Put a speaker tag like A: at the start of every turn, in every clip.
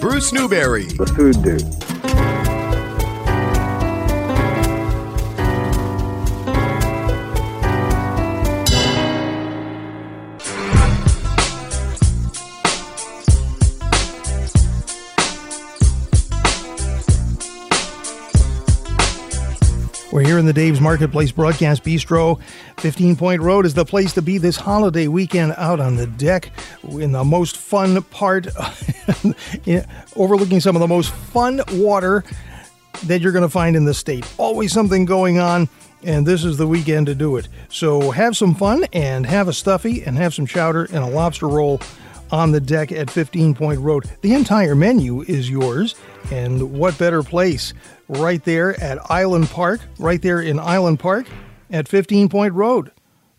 A: Bruce Newberry,
B: The food dude.
C: We're here in the Dave's Marketplace Broadcast Bistro. 15 Point Road is the place to be this holiday weekend out on the deck in the most fun part, yeah, overlooking some of the most fun water that you're going to find in the state. Always something going on, and this is the weekend to do it. So have some fun and have a stuffy and have some chowder and a lobster roll on the deck at 15 Point Road. The entire menu is yours, and what better place right there at Island Park, right there in Island Park at 15 Point Road.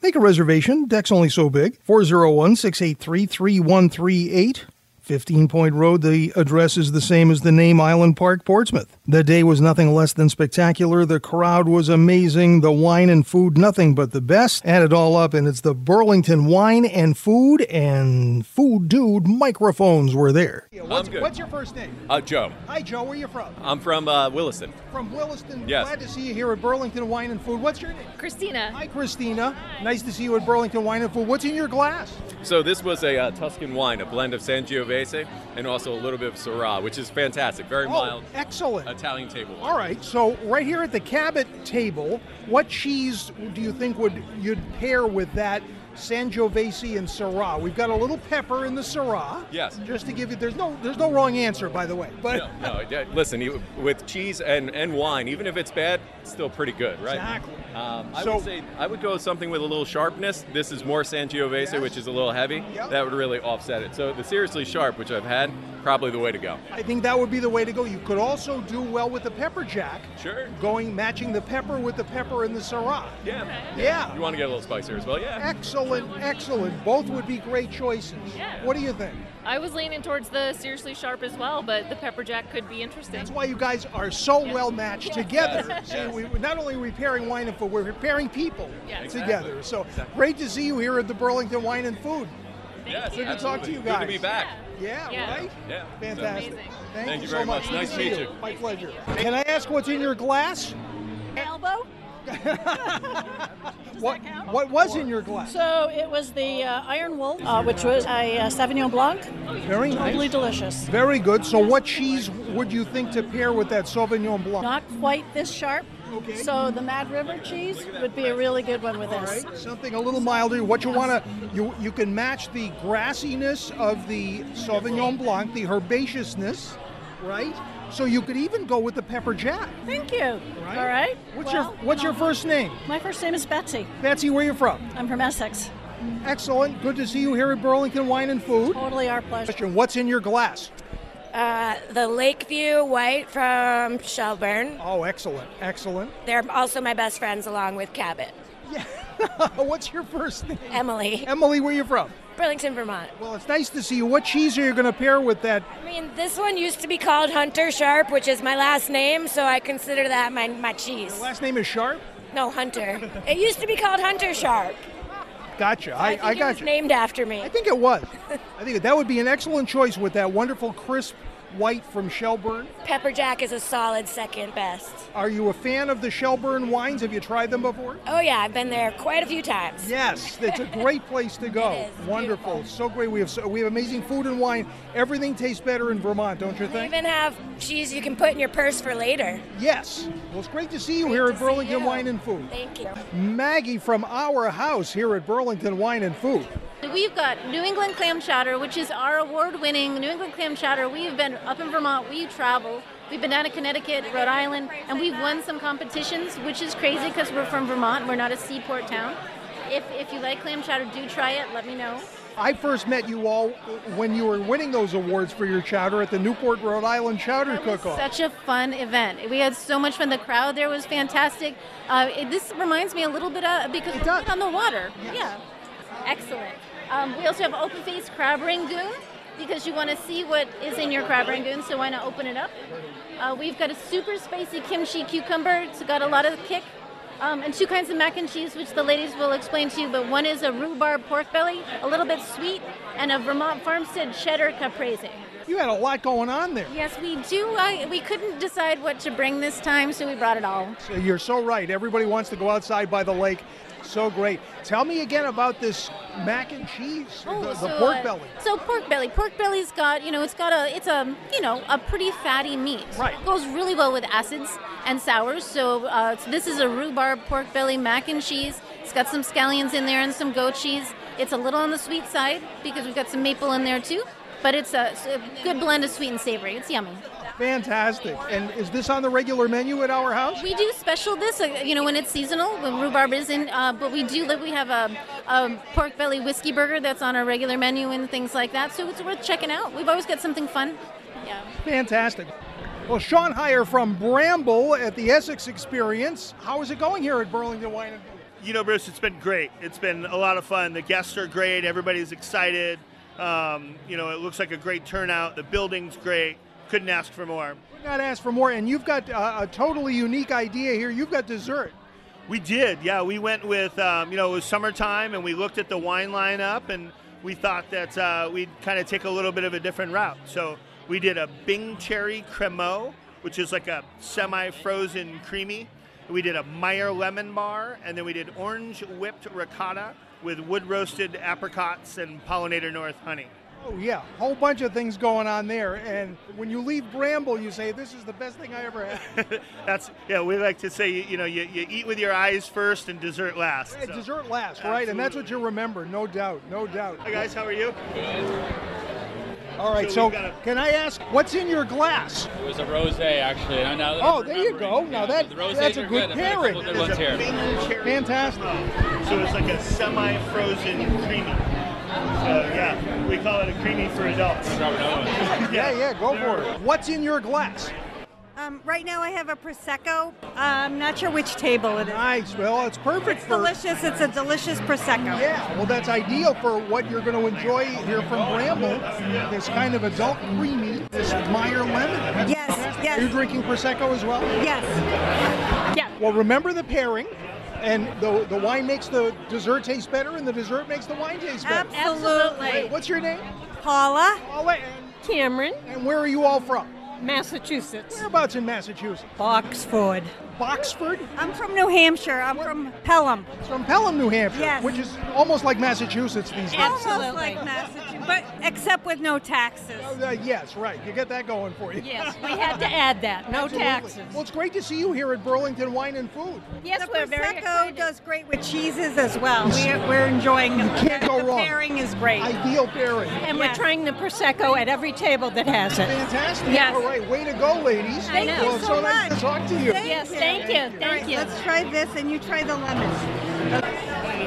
C: Make a reservation, deck's only so big, 401 683 3138. 15 Point Road, the address is the same as the name Island Park, Portsmouth. The day was nothing less than spectacular. The crowd was amazing. The wine and food, nothing but the best. Add it all up, and it's the Burlington Wine and Food and Food Dude microphones were there.
D: What's,
E: good.
D: what's your first name?
E: Uh, Joe,
D: Hi, Joe. Where are you from?
E: I'm from uh, Williston.
D: From Williston.
E: Yes.
D: Glad to see you here at Burlington Wine and Food. What's your name?
F: Christina.
D: Hi, Christina. Nice to see you at Burlington Wine and Food. What's in your glass?
E: So this was a uh, Tuscan wine, a blend of Sangiovese and also a little bit of Syrah, which is fantastic. Very mild
D: Oh, excellent.
E: Italian table wine.
D: All right. So right here at the Cabot table, what cheese do you think would you'd pair with that? Sangiovese and Syrah. We've got a little pepper in the Syrah.
E: Yes.
D: Just to give you, there's no, there's no wrong answer, by the way. But
E: No, no, it- it- listen, you, with cheese and, and wine, even if it's bad, it's still pretty good, right?
D: Exactly.
E: Um, I
D: So-
E: would say I would go with something with a little sharpness. This is more Sangiovese,
D: Yes.
E: which is a little heavy.
D: Yep.
E: That would really offset it. So the seriously sharp, which I've had, probably the way to go.
D: I think that would be the way to go. You could also do well with the pepper jack.
E: Sure.
D: Going matching the pepper with the pepper and the Syrah.
E: Yeah.
D: Yeah.
E: You want to get a little spicier as well, yeah.
D: Excellent, excellent. Both would be great choices.
F: Yeah.
D: What do you think?
F: I was leaning towards the seriously sharp as well, but the pepper jack could be interesting.
D: That's why you guys are so well matched together. See, we, not only are we pairing wine and food, we're pairing people
F: Yeah.
D: together. So great to see you here at the Burlington Wine and Food.
E: Yes,
F: you. Good to
D: talk to you
E: Good to be
D: guys.
E: back.
D: Yeah,
F: Yeah.
D: right?
E: Yeah.
D: Fantastic.
F: Amazing.
D: Thank,
E: Thank you
D: so
E: very
D: much.
E: much. Nice
D: to
E: to meet
D: see
E: you.
D: My pleasure. Can I ask what's in your glass?
G: elbow.
D: what what was in your glass?
G: So it was the uh, iron wool, uh, which was a uh, Sauvignon Blanc.
D: Very
G: Totally
D: nice.
G: delicious.
D: Very good. So what cheese would you think to pair with that Sauvignon Blanc?
G: Not quite this sharp.
D: Okay.
G: So the Mad River cheese would be a really good one with
D: All
G: this.
D: right, something a little milder. What you want to you you can match the grassiness of the Sauvignon Blanc, the herbaceousness, right? So you could even go with the pepper jack.
G: Thank you.
D: Right?
G: All right.
D: What's
G: Well, um,
D: your What's your first name?
G: My first name is Betsy.
D: Betsy, where you from?
G: I'm from Essex.
D: Excellent. Good to see you here at Burlington Wine and Food.
G: Totally our pleasure.
D: Question: What's in your glass?
H: Uh, the Lakeview White from Shelburne.
D: Oh, excellent, excellent.
H: They're also my best friends along with Cabot.
D: Yeah. what's your first name?
H: Emily,
D: Emily, where you from?
H: Burlington, Vermont.
D: Well, it's nice to see you. What cheese are you going to pair with that?
H: I mean, this one used to be called Hunter Sharp, which is my last name, so I consider that my, my cheese.
D: Last name is Sharp.
H: No, Hunter. it used to be called Hunter Sharp.
D: Gotcha. I,
H: think
D: I
H: it
D: got
H: was
D: you.
H: named after me.
D: I think it was. I think that would be an excellent choice with that wonderful crisp white from Shelburne.
H: Pepper Jack is a solid second best.
D: Are you a fan of the Shelburne wines? Have you tried them before?
H: Oh, yeah, I've been there quite a few times.
D: Yes, it's a great place to go.
H: It is
D: Wonderful,
H: beautiful.
D: so great. We have so, we have amazing food and wine. Everything tastes better in Vermont, don't you
H: They
D: think?
H: even have cheese you can put in your purse for later.
D: Yes. Well, it's great to see you
H: Great
D: here
H: to
D: at
H: see
D: Burlington
H: you.
D: Wine and Food.
H: Thank you.
D: Maggie from our house here at Burlington Wine and Food.
F: We've got New England clam chowder, which is our award-winning New England clam chowder. We've been up in Vermont. We travel. We've been down to Connecticut, Rhode Island, and we've won some competitions, which is crazy because we're from Vermont. We're not a seaport town. If, if you like clam chowder, do try it. Let me know.
D: I first met you all when you were winning those awards for your chowder at the Newport, Rhode Island Chowder
F: It was
D: Cook-Off.
F: Such a fun event. We had so much fun. The crowd there was fantastic. Uh, it- this reminds me a little bit of because we're
D: does.
F: on the water. Yeah, excellent. Um, we also have open faced crab rangoon because you want to see what is in your crab rangoon, so why not open it up? Uh, we've got a super spicy kimchi cucumber. It's got a lot of kick. Um, and two kinds of mac and cheese, which the ladies will explain to you. But one is a rhubarb pork belly, a little bit sweet, and a Vermont farmstead cheddar caprese.
D: You had a lot going on there.
F: Yes, we do. Uh, we couldn't decide what to bring this time, so we brought it all.
D: So You're so right. Everybody wants to go outside by the lake. So great. Tell me again about this mac and cheese, the, the
F: so,
D: pork
F: uh,
D: belly.
F: So pork belly. Pork belly's got you know it's got a it's a you know a pretty fatty meat.
D: Right.
F: Goes really well with acids and sours. So, uh, so this is a rhubarb pork belly mac and cheese. It's got some scallions in there and some goat cheese. It's a little on the sweet side because we've got some maple in there too. But it's a, it's a good blend of sweet and savory. It's yummy.
D: Fantastic. And is this on the regular menu at our house?
F: We do special this, uh, you know, when it's seasonal, when rhubarb is in. Uh, but we do, we have a, a pork belly whiskey burger that's on our regular menu and things like that. So it's worth checking out. We've always got something fun. Yeah.
D: Fantastic. Well, Sean Heyer from Bramble at the Essex Experience. How is it going here at Burlington Wine and Beer?
A: You know, Bruce, it's been great. It's been a lot of fun. The guests are great. Everybody's excited. Um, you know, it looks like a great turnout. The building's great. Couldn't ask for more.
D: Could Not ask for more, and you've got uh, a totally unique idea here. You've got dessert.
A: We did, yeah. We went with, um, you know, it was summertime, and we looked at the wine lineup, and we thought that uh, we'd kind of take a little bit of a different route. So we did a Bing Cherry Cremo, which is like a semi-frozen creamy. We did a Meyer Lemon Bar, and then we did Orange Whipped Ricotta with wood-roasted apricots and pollinator north honey.
D: Oh yeah, whole bunch of things going on there. And when you leave Bramble, you say this is the best thing I ever had.
A: That's yeah. We like to say, you know, you, you eat with your eyes first and dessert last.
D: Yeah,
A: So-
D: dessert last, right? And that's what you remember, no doubt, no doubt.
A: Hi guys, how are you?
D: All right,
A: So
D: so
A: we've got a-
D: can I ask what's in your glass?
B: It was a rose, actually. And now that
D: Oh,
B: I'm
D: there you
B: remembering,
D: go. Now
B: yeah,
D: that-
B: the rosés
D: that's a
B: are
D: good
B: I've had a couple
D: pairing.
B: good
A: It's
B: ones
A: a
B: here.
A: Bing cherry Oh.
D: Fantastic.
A: crema. So it's like a semi-frozen creamy. So yeah, we call it a creamy for adults.
B: Robert Owen.
D: Yeah, yeah, go for it. What's in your glass?
I: Um, right now, I have a prosecco. Uh, I'm not sure which table it is.
D: Nice. Well, it's perfect
I: It's
D: for
I: delicious. It's a delicious prosecco.
D: Yeah, well, that's ideal for what you're going to enjoy here from Bramble. This kind of adult creamy, this Meyer lemon.
I: Yes, yes.
D: Are you drinking prosecco as well?
I: Yes.
D: Well, remember the pairing, and the the wine makes the dessert taste better, and the dessert makes the wine taste better. Hey,
I: Absolutely.
D: what's your name?
I: Paula.
D: Paula, and,
J: Cameron,
D: and where are you all from?
J: Massachusetts.
D: Whereabouts in Massachusetts?
I: Boxford.
D: Boxford?
I: I'm from New Hampshire. I'm from Pelham.
D: It's from Pelham, New Hampshire,
I: Yes.
D: which is almost like Massachusetts these days.
I: Almost like Massachusetts, but except with no taxes.
D: Uh, yes, right. You get that going for you.
J: Yes, we had to add that. No
D: Absolutely.
J: taxes.
D: Well, it's great to see you here at Burlington Wine and Food.
J: Yes,
I: the
J: we're very
I: prosecco
J: excited.
I: does great with cheeses as well. We're, we're enjoying. You
D: can't go
I: the
D: wrong.
I: Pairing is great.
D: Ideal pairing.
J: and
I: Yeah.
J: we're trying the prosecco at every table that has it.
D: Fantastic.
J: Yes.
D: All right, way to go, ladies.
J: Thank you
D: well, it's
I: so
D: nice to
I: much.
D: talk to you.
I: Thank
J: Yes, thank you,
I: All right,
J: thank you.
I: Let's try this, and you try the lemon.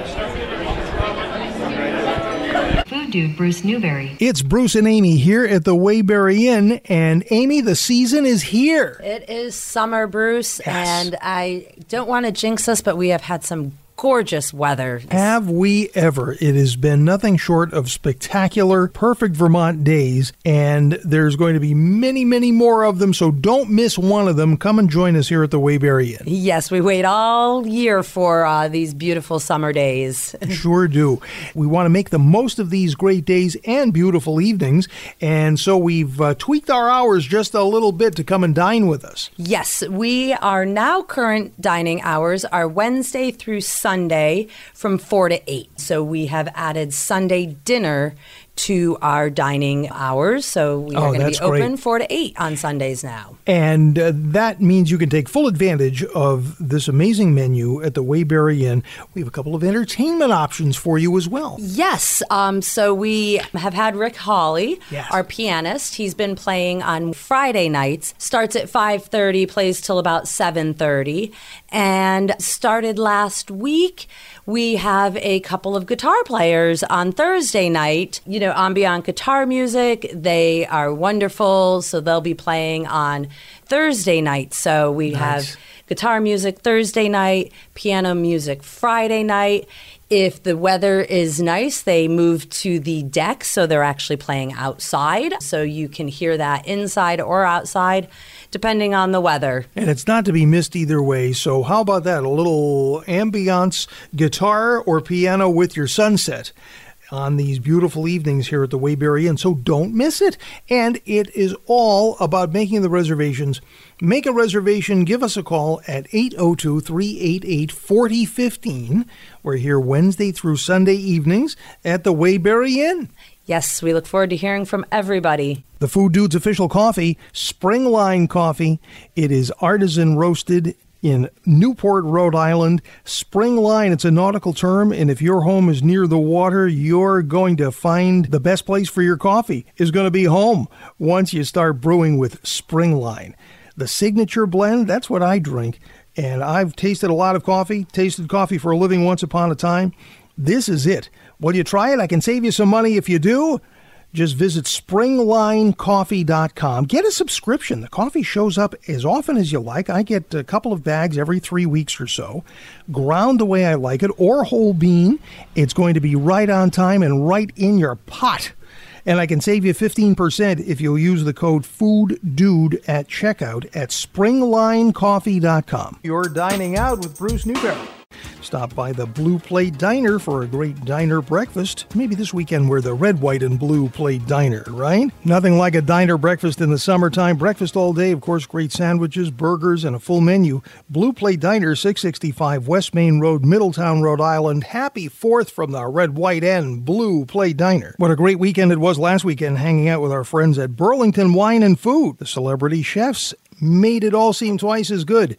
K: Food dude Bruce Newberry.
C: It's Bruce and Amy here at the Wayberry Inn, and Amy, the season is here.
L: It is summer, Bruce, and I don't want to jinx us, but we have had some gorgeous weather.
C: Have we ever? It has been nothing short of spectacular, perfect Vermont days, and there's going to be many, many more of them, so don't miss one of them. Come and join us here at the Wayberry Inn.
L: Yes, we wait all year for uh, these beautiful summer days.
C: Sure do. We want to make the most of these great days and beautiful evenings, and so we've uh, tweaked our hours just a little bit to come and dine with us.
L: Yes, we are now current dining hours are Wednesday through Sunday from 4 to 8. So we have added Sunday dinner to our dining hours. So we
C: Oh,
L: are going
C: that's
L: to be open
C: great.
L: 4 to 8 on Sundays now.
C: And uh, that means you can take full advantage of this amazing menu at the Wayberry Inn. We have a couple of entertainment options for you as well.
L: Yes. Um, so we have had Rick Hawley,
C: Yes.
L: our pianist. He's been playing on Friday nights. Starts at five thirty, plays till about seven thirty, and started last week. We have a couple of guitar players on Thursday night. You know, ambient guitar music. They are wonderful. So they'll be playing on Thursday night. So we have guitar music Thursday night, piano music Friday night. If the weather is nice, they move to the deck, so they're actually playing outside. So you can hear that inside or outside, depending on the weather.
C: And it's not to be missed either way. So, how about that? A little ambiance guitar or piano with your sunset.
D: on these beautiful evenings here at the Wayberry Inn, so don't miss it. And it is all about making the reservations. Make a reservation, give us a call at 802 388 4015. We're here Wednesday through Sunday evenings at the Wayberry Inn.
L: Yes, we look forward to hearing from everybody.
D: The Food Dude's official coffee, Springline Coffee. It is artisan roasted in Newport, Rhode Island. Springline, it's a nautical term, and if your home is near the water, you're going to find the best place for your coffee is going to be home once you start brewing with Springline. The signature blend, that's what I drink, and I've tasted a lot of coffee, tasted coffee for a living once upon a time. This is it. Will you try it? I can save you some money if you do. Just visit springlinecoffee.com. Get a subscription. The coffee shows up as often as you like. I get a couple of bags every three weeks or so, ground the way I like it, or whole bean. It's going to be right on time and right in your pot. And I can save you 15% if you'll use the code FOODDUDE at checkout at springlinecoffee.com. You're dining out with Bruce Newberry. Stop by the Blue Plate Diner for a great diner breakfast. Maybe this weekend we're the red, white, and blue plate diner, right? Nothing like a diner breakfast in the summertime. Breakfast all day, of course, great sandwiches, burgers, and a full menu. Blue Plate Diner, 665 West Main Road, Middletown, Rhode Island. Happy fourth from the red, white, and blue plate diner. What a great weekend it was last weekend hanging out with our friends at Burlington Wine and Food. The celebrity chefs made it all seem twice as good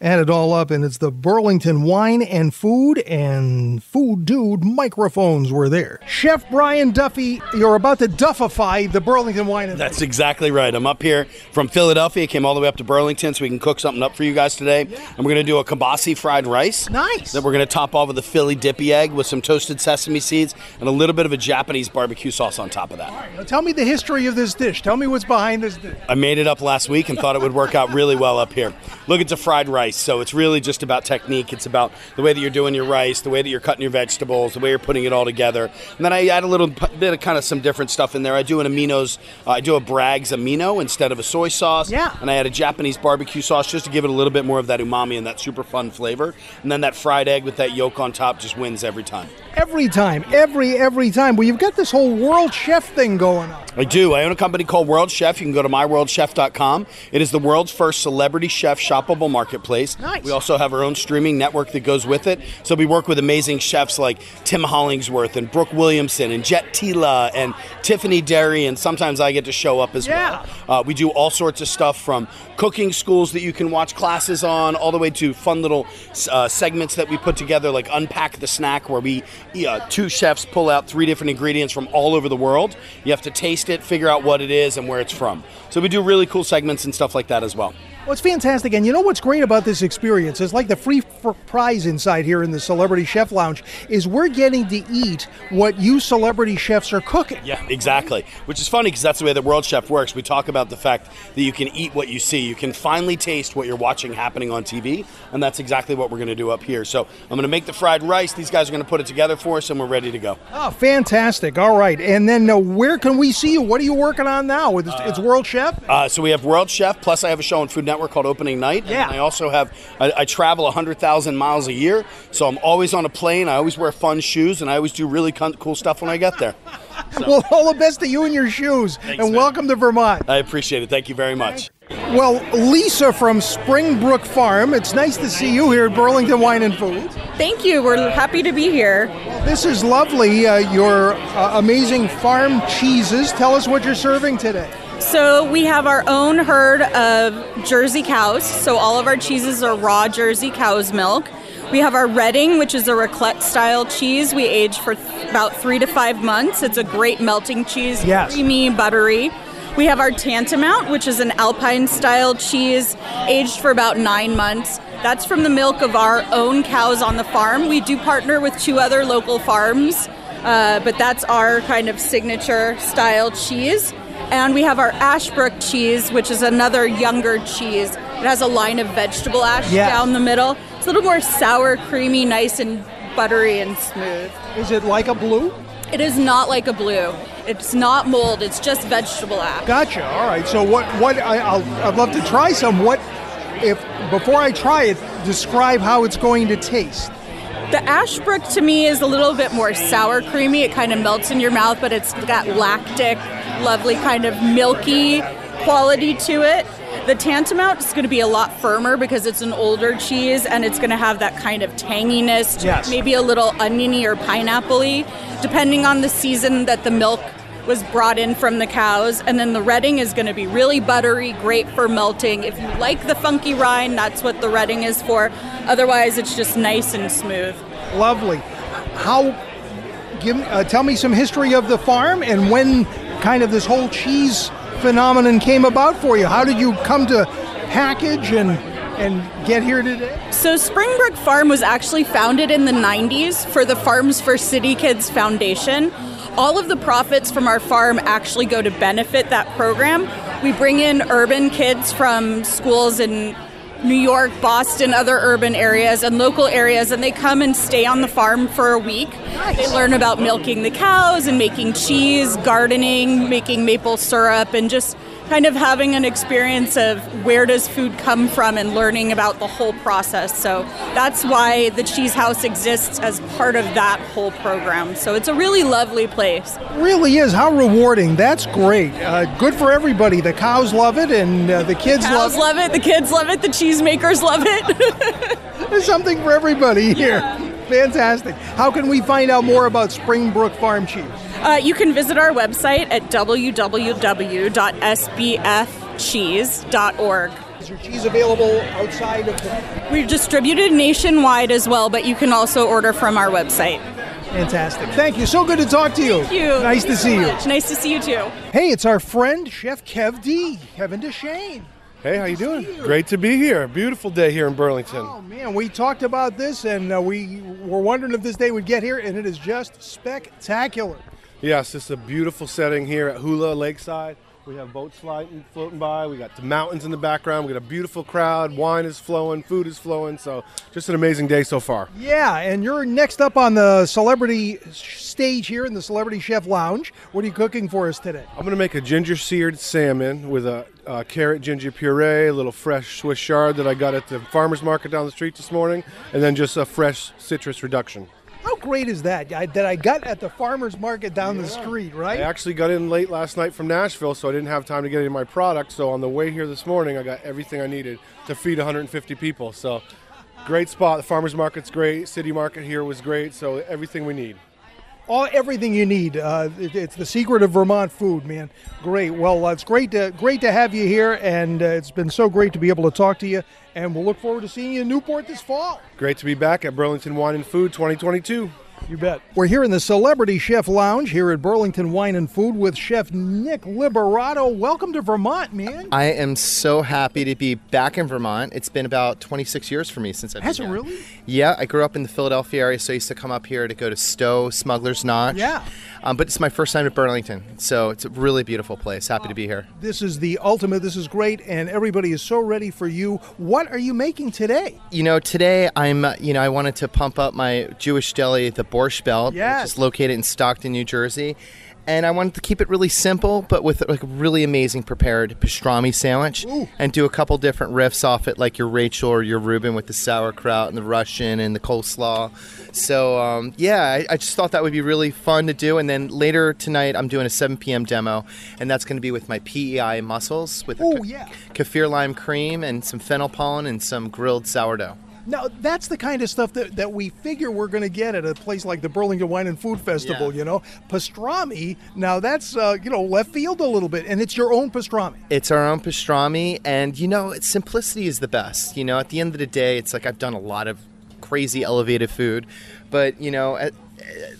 D: add it all up, and it's the Burlington Wine and Food and Food Dude microphones were there. Chef Brian Duffy, you're about to duffify the Burlington Wine and
K: That's exactly right. I'm up here from Philadelphia, came all the way up to Burlington, so we can cook something up for you guys today. And we're going to do a kibasi fried rice.
D: Nice.
K: That we're going to top off with a Philly dippy egg with some toasted sesame seeds and a little bit of a Japanese barbecue sauce on top of that.
M: Now tell me the history of this dish. Tell me what's behind this dish.
K: I made it up last week and thought it would work out really well up here. Look, it's a fried rice, so it's really just about technique. It's about the way that you're doing your rice, the way that you're cutting your vegetables, the way you're putting it all together. And then I add a little p- bit of kind of some different stuff in there. I do an aminos, uh, I do a Bragg's amino instead of a soy sauce. Yeah. And I add a Japanese barbecue sauce just to give it a little bit more of that umami and that super fun flavor. And then that fried egg with that yolk on top just wins every time.
D: Every time, every, every time. Well, you've got this whole world chef thing going on.
K: I do. I own a company called World Chef. You can go to myworldchef.com. It is the world's first celebrity chef shoppable marketplace.
D: Nice.
K: We also have our own streaming network that goes with it. So we work with amazing chefs like Tim Hollingsworth and Brooke Williamson and Jet Tila and Tiffany Derry, and sometimes I get to show up as
N: Yeah.
K: well. Uh, we do all sorts of stuff from cooking schools that you can watch classes on, all the way to fun little uh, segments that we put together, like Unpack the Snack, where we uh, two chefs pull out three different ingredients from all over the world. You have to taste it, figure out what it is, and where it's from. So we do really cool segments and stuff like that as well.
D: Well, it's fantastic. And you know what's great about this experience? It's like the free f- prize inside here in the Celebrity Chef Lounge is we're getting to eat what you celebrity chefs are cooking.
K: Yeah, exactly. Which is funny because that's the way that World Chef works. We talk about the fact that you can eat what you see. You can finally taste what you're watching happening on TV, and that's exactly what we're going to do up here. So I'm going to make the fried rice. These guys are going to put it together for us, and we're ready to go.
D: Oh, fantastic. All right. And then uh, where can we see you? What are you working on now? With It's, it's World Chef?
K: Uh, so we have World Chef. Plus, I have a show on Food Network called Opening Night. Yeah. And I also have. I, I travel hundred thousand miles a year, so I'm always on a plane. I always wear fun shoes, and I always do really con- cool stuff when I get there.
D: Well, all the best to you and your shoes. and welcome to Vermont.
K: I appreciate it. Thank you very much.
D: Well, Lisa from Springbrook Farm, it's nice to see you here at Burlington Wine and Food.
O: Thank you. We're happy to be here.
D: This is lovely. Uh, your uh, amazing farm cheeses. Tell us what you're serving today.
O: So we have our own herd of Jersey cows. So all of our cheeses are raw Jersey cow's milk. We have our Redding, which is a raclette style cheese. We age for th- about three to five months. It's a great melting cheese,
P: Yes.
O: creamy, buttery. We have our Tantamount, which is an alpine style cheese, aged for about nine months. That's from the milk of our own cows on the farm. We do partner with two other local farms, uh, but that's our kind of signature style cheese. And we have our Ashbrook cheese, which is another younger cheese. It has a line of vegetable ash
D: Yes.
O: down the middle. It's a little more sour, creamy, nice and buttery and smooth.
D: Is it like a blue?
O: It is not like a blue. It's not mold. It's just vegetable ash.
D: Gotcha. All right. So what? What? I, I'll, I'd love to try some. What? If before I try it, describe how it's going to taste.
O: The Ashbrook to me is a little bit more sour creamy. It kind of melts in your mouth, but it's got lactic, lovely kind of milky quality to it. The Tantamount is going to be a lot firmer because it's an older cheese and it's going to have that kind of tanginess,
Q: Yes.
O: maybe a little oniony or pineapple-y, depending on the season that the milk was brought in from the cows. And then the Redding is going to be really buttery, great for melting. If you like the funky rind, that's what the Redding is for. Otherwise, it's just nice and smooth.
D: Lovely. How? Give uh, tell me some history of the farm and when kind of this whole cheese phenomenon came about for you. How did you come to package and and get here today?
O: So Springbrook Farm was actually founded in the 90s for the Farms for City Kids Foundation. All of the profits from our farm actually go to benefit that program. We bring in urban kids from schools in New York, Boston, other urban areas, and local areas, and they come and stay on the farm for a week. They learn about milking the cows and making cheese, gardening, making maple syrup, and just kind of having an experience of where does food come from and learning about the whole process. So that's why the Cheese House exists as part of that whole program. So it's a really lovely place.
D: Really is how rewarding. That's great. Uh, good for everybody. The cows love it and uh, the kids
O: Cows love it, the kids love it, the cheesemakers love it.
D: There's something for everybody here. Fantastic. How can we find out more about Springbrook Farm Cheese?
O: Uh, you can visit our website at www.sbfcheese.org.
D: Is your cheese available outside of the
O: We're distributed nationwide as well, but you can also order from our website.
D: Fantastic. Thank you. So good to talk to you.
O: Thank you.
D: Nice to
O: Thanks so
D: see you.
O: much. Nice to see you too.
D: Hey, it's our friend Chef Kev D, Kevin DeShane.
R: Hey, how you doing? Great to be here. Beautiful day here in Burlington.
D: Oh man, we talked about this and uh, we were wondering if this day would get here and it is just spectacular.
R: Yes, it's a beautiful setting here at Hula Lakeside. We have boats flying, floating by. We got the mountains in the background. We got a beautiful crowd. Wine is flowing. Food is flowing. So, just an amazing day so far.
D: Yeah, and you're next up on the celebrity sh- stage here in the Celebrity Chef Lounge. What are you cooking for us today?
R: I'm gonna make a ginger seared salmon with a, uh carrot ginger puree, a little fresh Swiss chard that I got at the farmers market down the street this morning, and then just a fresh citrus reduction.
D: How great is that? I, that I got at the farmer's market down the street,
R: I
D: right?
R: actually got in late last night from Nashville, so I didn't have time to get any of my product. So on the way here this morning, I got everything I needed to feed 150 people. So great spot. The farmers market's great. City market here was great. So everything we need.
D: All everything you need. Uh, it- it's the secret of Vermont food, man. Great. Well, uh, it's great to great to have you here, and uh, it's been so great to be able to talk to you. And we'll look forward to seeing you in Newport this fall.
R: Great to be back at Burlington Wine and Food 2022.
D: You bet. We're here in the Celebrity Chef Lounge here at Burlington Wine and Food with Chef Nick Liberato. Welcome to Vermont, man.
S: I am so happy to be back in Vermont. It's been about 26 years for me since I've
D: Has
S: been
D: it
S: here.
D: really?
S: Yeah, I grew up in the Philadelphia area, so I used to come up here to go to Stowe, Smuggler's Notch.
D: Yeah.
S: Um, but it's my first time at Burlington, so it's a really beautiful place. Happy to be here.
D: This is the ultimate. This is great, and everybody is so ready for you. What are you making today?
S: You know, today I'm, uh, you know, I wanted to pump up my Jewish deli, the Borscht Belt,
D: Yes.
S: which is located in Stockton, New Jersey. And I wanted to keep it really simple, but with like a really amazing prepared pastrami sandwich and do a couple different riffs off it, like your Rachel or your Reuben with the sauerkraut and the Russian and the coleslaw. So, um, yeah, I, I just thought that would be really fun to do. And then later tonight, I'm doing a 7 p.m. demo, and that's going to be with my PEI mussels with a
D: Oh,
S: ka-
D: yeah.
S: kaffir lime cream and some fennel pollen and some grilled sourdough.
D: Now, that's the kind of stuff that, that we figure we're going to get at a place like the Burlington Wine and Food Festival, you know? Pastrami, now that's, uh, you know, left field a little bit, and it's your own pastrami.
S: It's our own pastrami, and you know, it's, simplicity is the best. You know, at the end of the day, it's like I've done a lot of crazy elevated food, but you know, at, uh,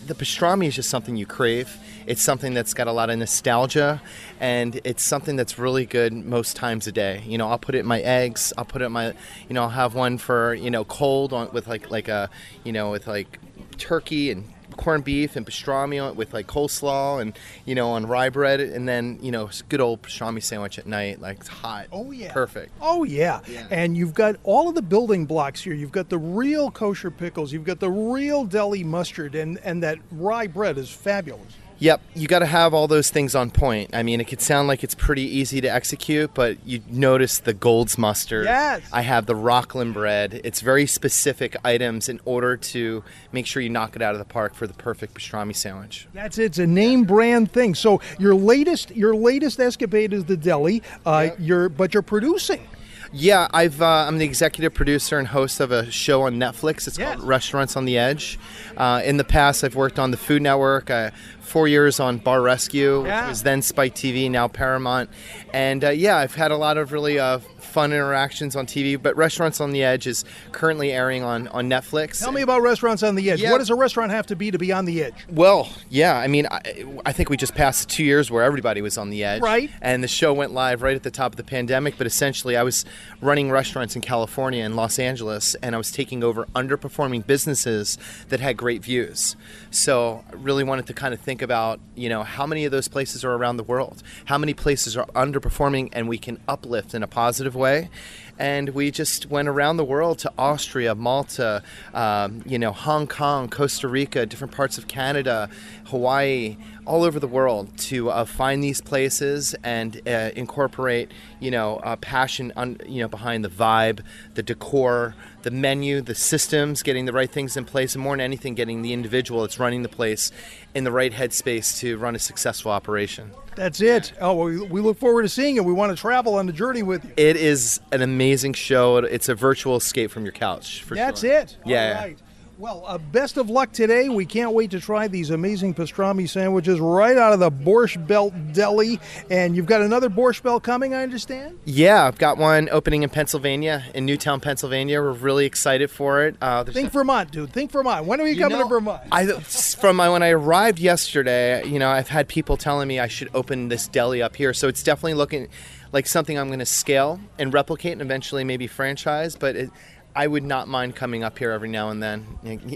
S: the pastrami is just something you crave. It's something that's got a lot of nostalgia, and it's something that's really good most times a day. You know, I'll put it in my eggs. I'll put it in my, you know, I'll have one for you know cold on with like like a, you know, with like turkey and corned beef and pastrami on, with like coleslaw and you know on rye bread and then you know s- good old pastrami sandwich at night like it's hot oh
D: yeah.
S: perfect
D: Oh yeah. and you've got all of the building blocks here. You've got the real kosher pickles. You've got the real deli mustard, and and that rye bread is fabulous.
S: Yep, you got to have all those things on point. I mean, it could sound like it's pretty easy to execute, but you notice the Gold's mustard.
D: Yes.
S: I have the Rockland bread. It's very specific items in order to make sure you knock it out of the park for the perfect pastrami sandwich.
D: That's it. It's a name brand thing. So your latest your latest escapade is the deli. Uh, You're but you're producing.
S: Yeah, I've uh, I'm the executive producer and host of a show on Netflix. It's called Restaurants on the Edge. Uh, in the past, I've worked on the Food Network. Uh, four years on Bar Rescue,
Q: Yeah.
S: which was then Spike TV, now Paramount. And uh, yeah, I've had a lot of really uh, fun interactions on TV. But Restaurants on the Edge is currently airing on on Netflix.
D: Tell me about restaurants on the edge.
S: Yeah.
D: What does a restaurant have to be to be on the edge?
S: Well, yeah. I mean, I, I think we just passed two years where everybody was on the edge.
D: Right.
S: And the show went live right at the top of the pandemic. But essentially, I was running restaurants in California and Los Angeles, and I was taking over underperforming businesses that had great views. So I really wanted to kind of think about, you know, how many of those places are around the world? How many places are underperforming and we can uplift in a positive way? and we just went around the world to Austria, Malta, um, you know, Hong Kong, Costa Rica, different parts of Canada, Hawaii, all over the world to uh, find these places and uh, incorporate, you know, uh, passion, on, you know, behind the vibe, the decor, the menu, the systems, getting the right things in place, and more than anything, getting the individual that's running the place in the right headspace to run a successful operation.
D: That's it. Oh, well, we, we look forward to seeing it. We want to travel on the journey with you.
S: It is an amazing show. It- It's a virtual escape from your couch. For
D: That's
S: sure.
D: it.
S: Yeah.
D: All right. Well, uh, best of luck today. We can't wait to try these amazing pastrami sandwiches right out of the Borscht Belt Deli. And you've got another Borscht Belt coming, I understand.
S: Yeah, I've got one opening in Pennsylvania, in Newtown, Pennsylvania. We're really excited for it. Uh, there's
D: Think Vermont, dude. Think Vermont. When are we
S: You
D: coming
S: know,
D: to Vermont?
S: I from my, when I arrived yesterday, you know, I've had people telling me I should open this deli up here. So it's definitely looking like something I'm going to scale and replicate, and eventually maybe franchise. But it, I would not mind coming up here every now and then,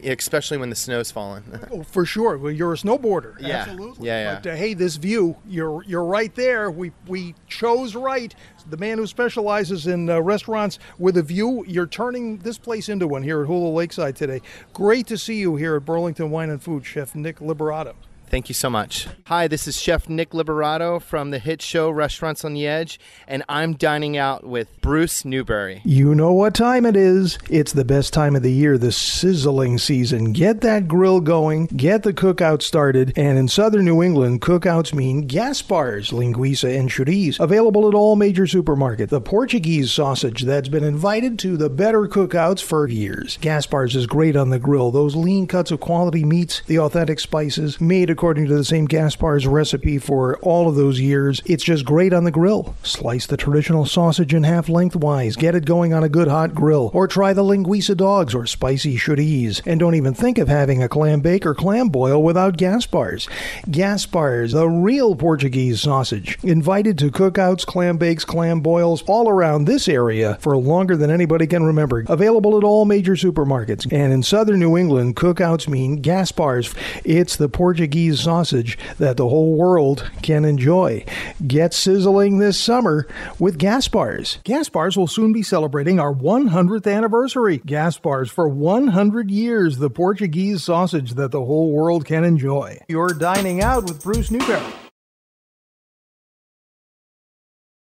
S: especially when the snow's falling.
D: Oh, for sure. Well, you're a snowboarder.
S: Yeah.
D: Absolutely.
S: Yeah, yeah.
D: But uh, hey, this view, you're you're right there. We we chose right. The man who specializes in uh, restaurants with a view, you're turning this place into one here at Hula Lakeside today. Great to see you here at Burlington Wine and Food, Chef Nick Liberato.
S: Thank you so much. Hi, this is Chef Nick Liberato from the hit show Restaurants on the Edge, and I'm dining out with Bruce Newberry.
D: You know what time it is. It's the best time of the year, the sizzling season. Get that grill going, get the cookout started. And in southern New England, cookouts mean gas bars, linguiça, and chorizo, available at all major supermarkets. The Portuguese sausage that's been invited to the better cookouts for years. Gaspar's is great on the grill. Those lean cuts of quality meats, the authentic spices, made according to the same Gaspar's recipe for all of those years. It's just great on the grill. Slice the traditional sausage in half lengthwise. Get it going on a good hot grill. Or try the linguiça dogs or spicy chorizo. And don't even think of having a clam bake or clam boil without Gaspar's. Gaspar's, the real Portuguese sausage. Invited to cookouts, clam bakes, clam boils all around this area for longer than anybody can remember. Available at all major supermarkets. And in southern New England, cookouts mean Gaspar's. It's the Portuguese sausage that the whole world can enjoy. Get sizzling this summer with Gaspar's. Gaspar's will soon be celebrating our 100th anniversary. Gaspar's for 100 years, the Portuguese sausage that the whole world can enjoy. You're dining out with Bruce Newberry.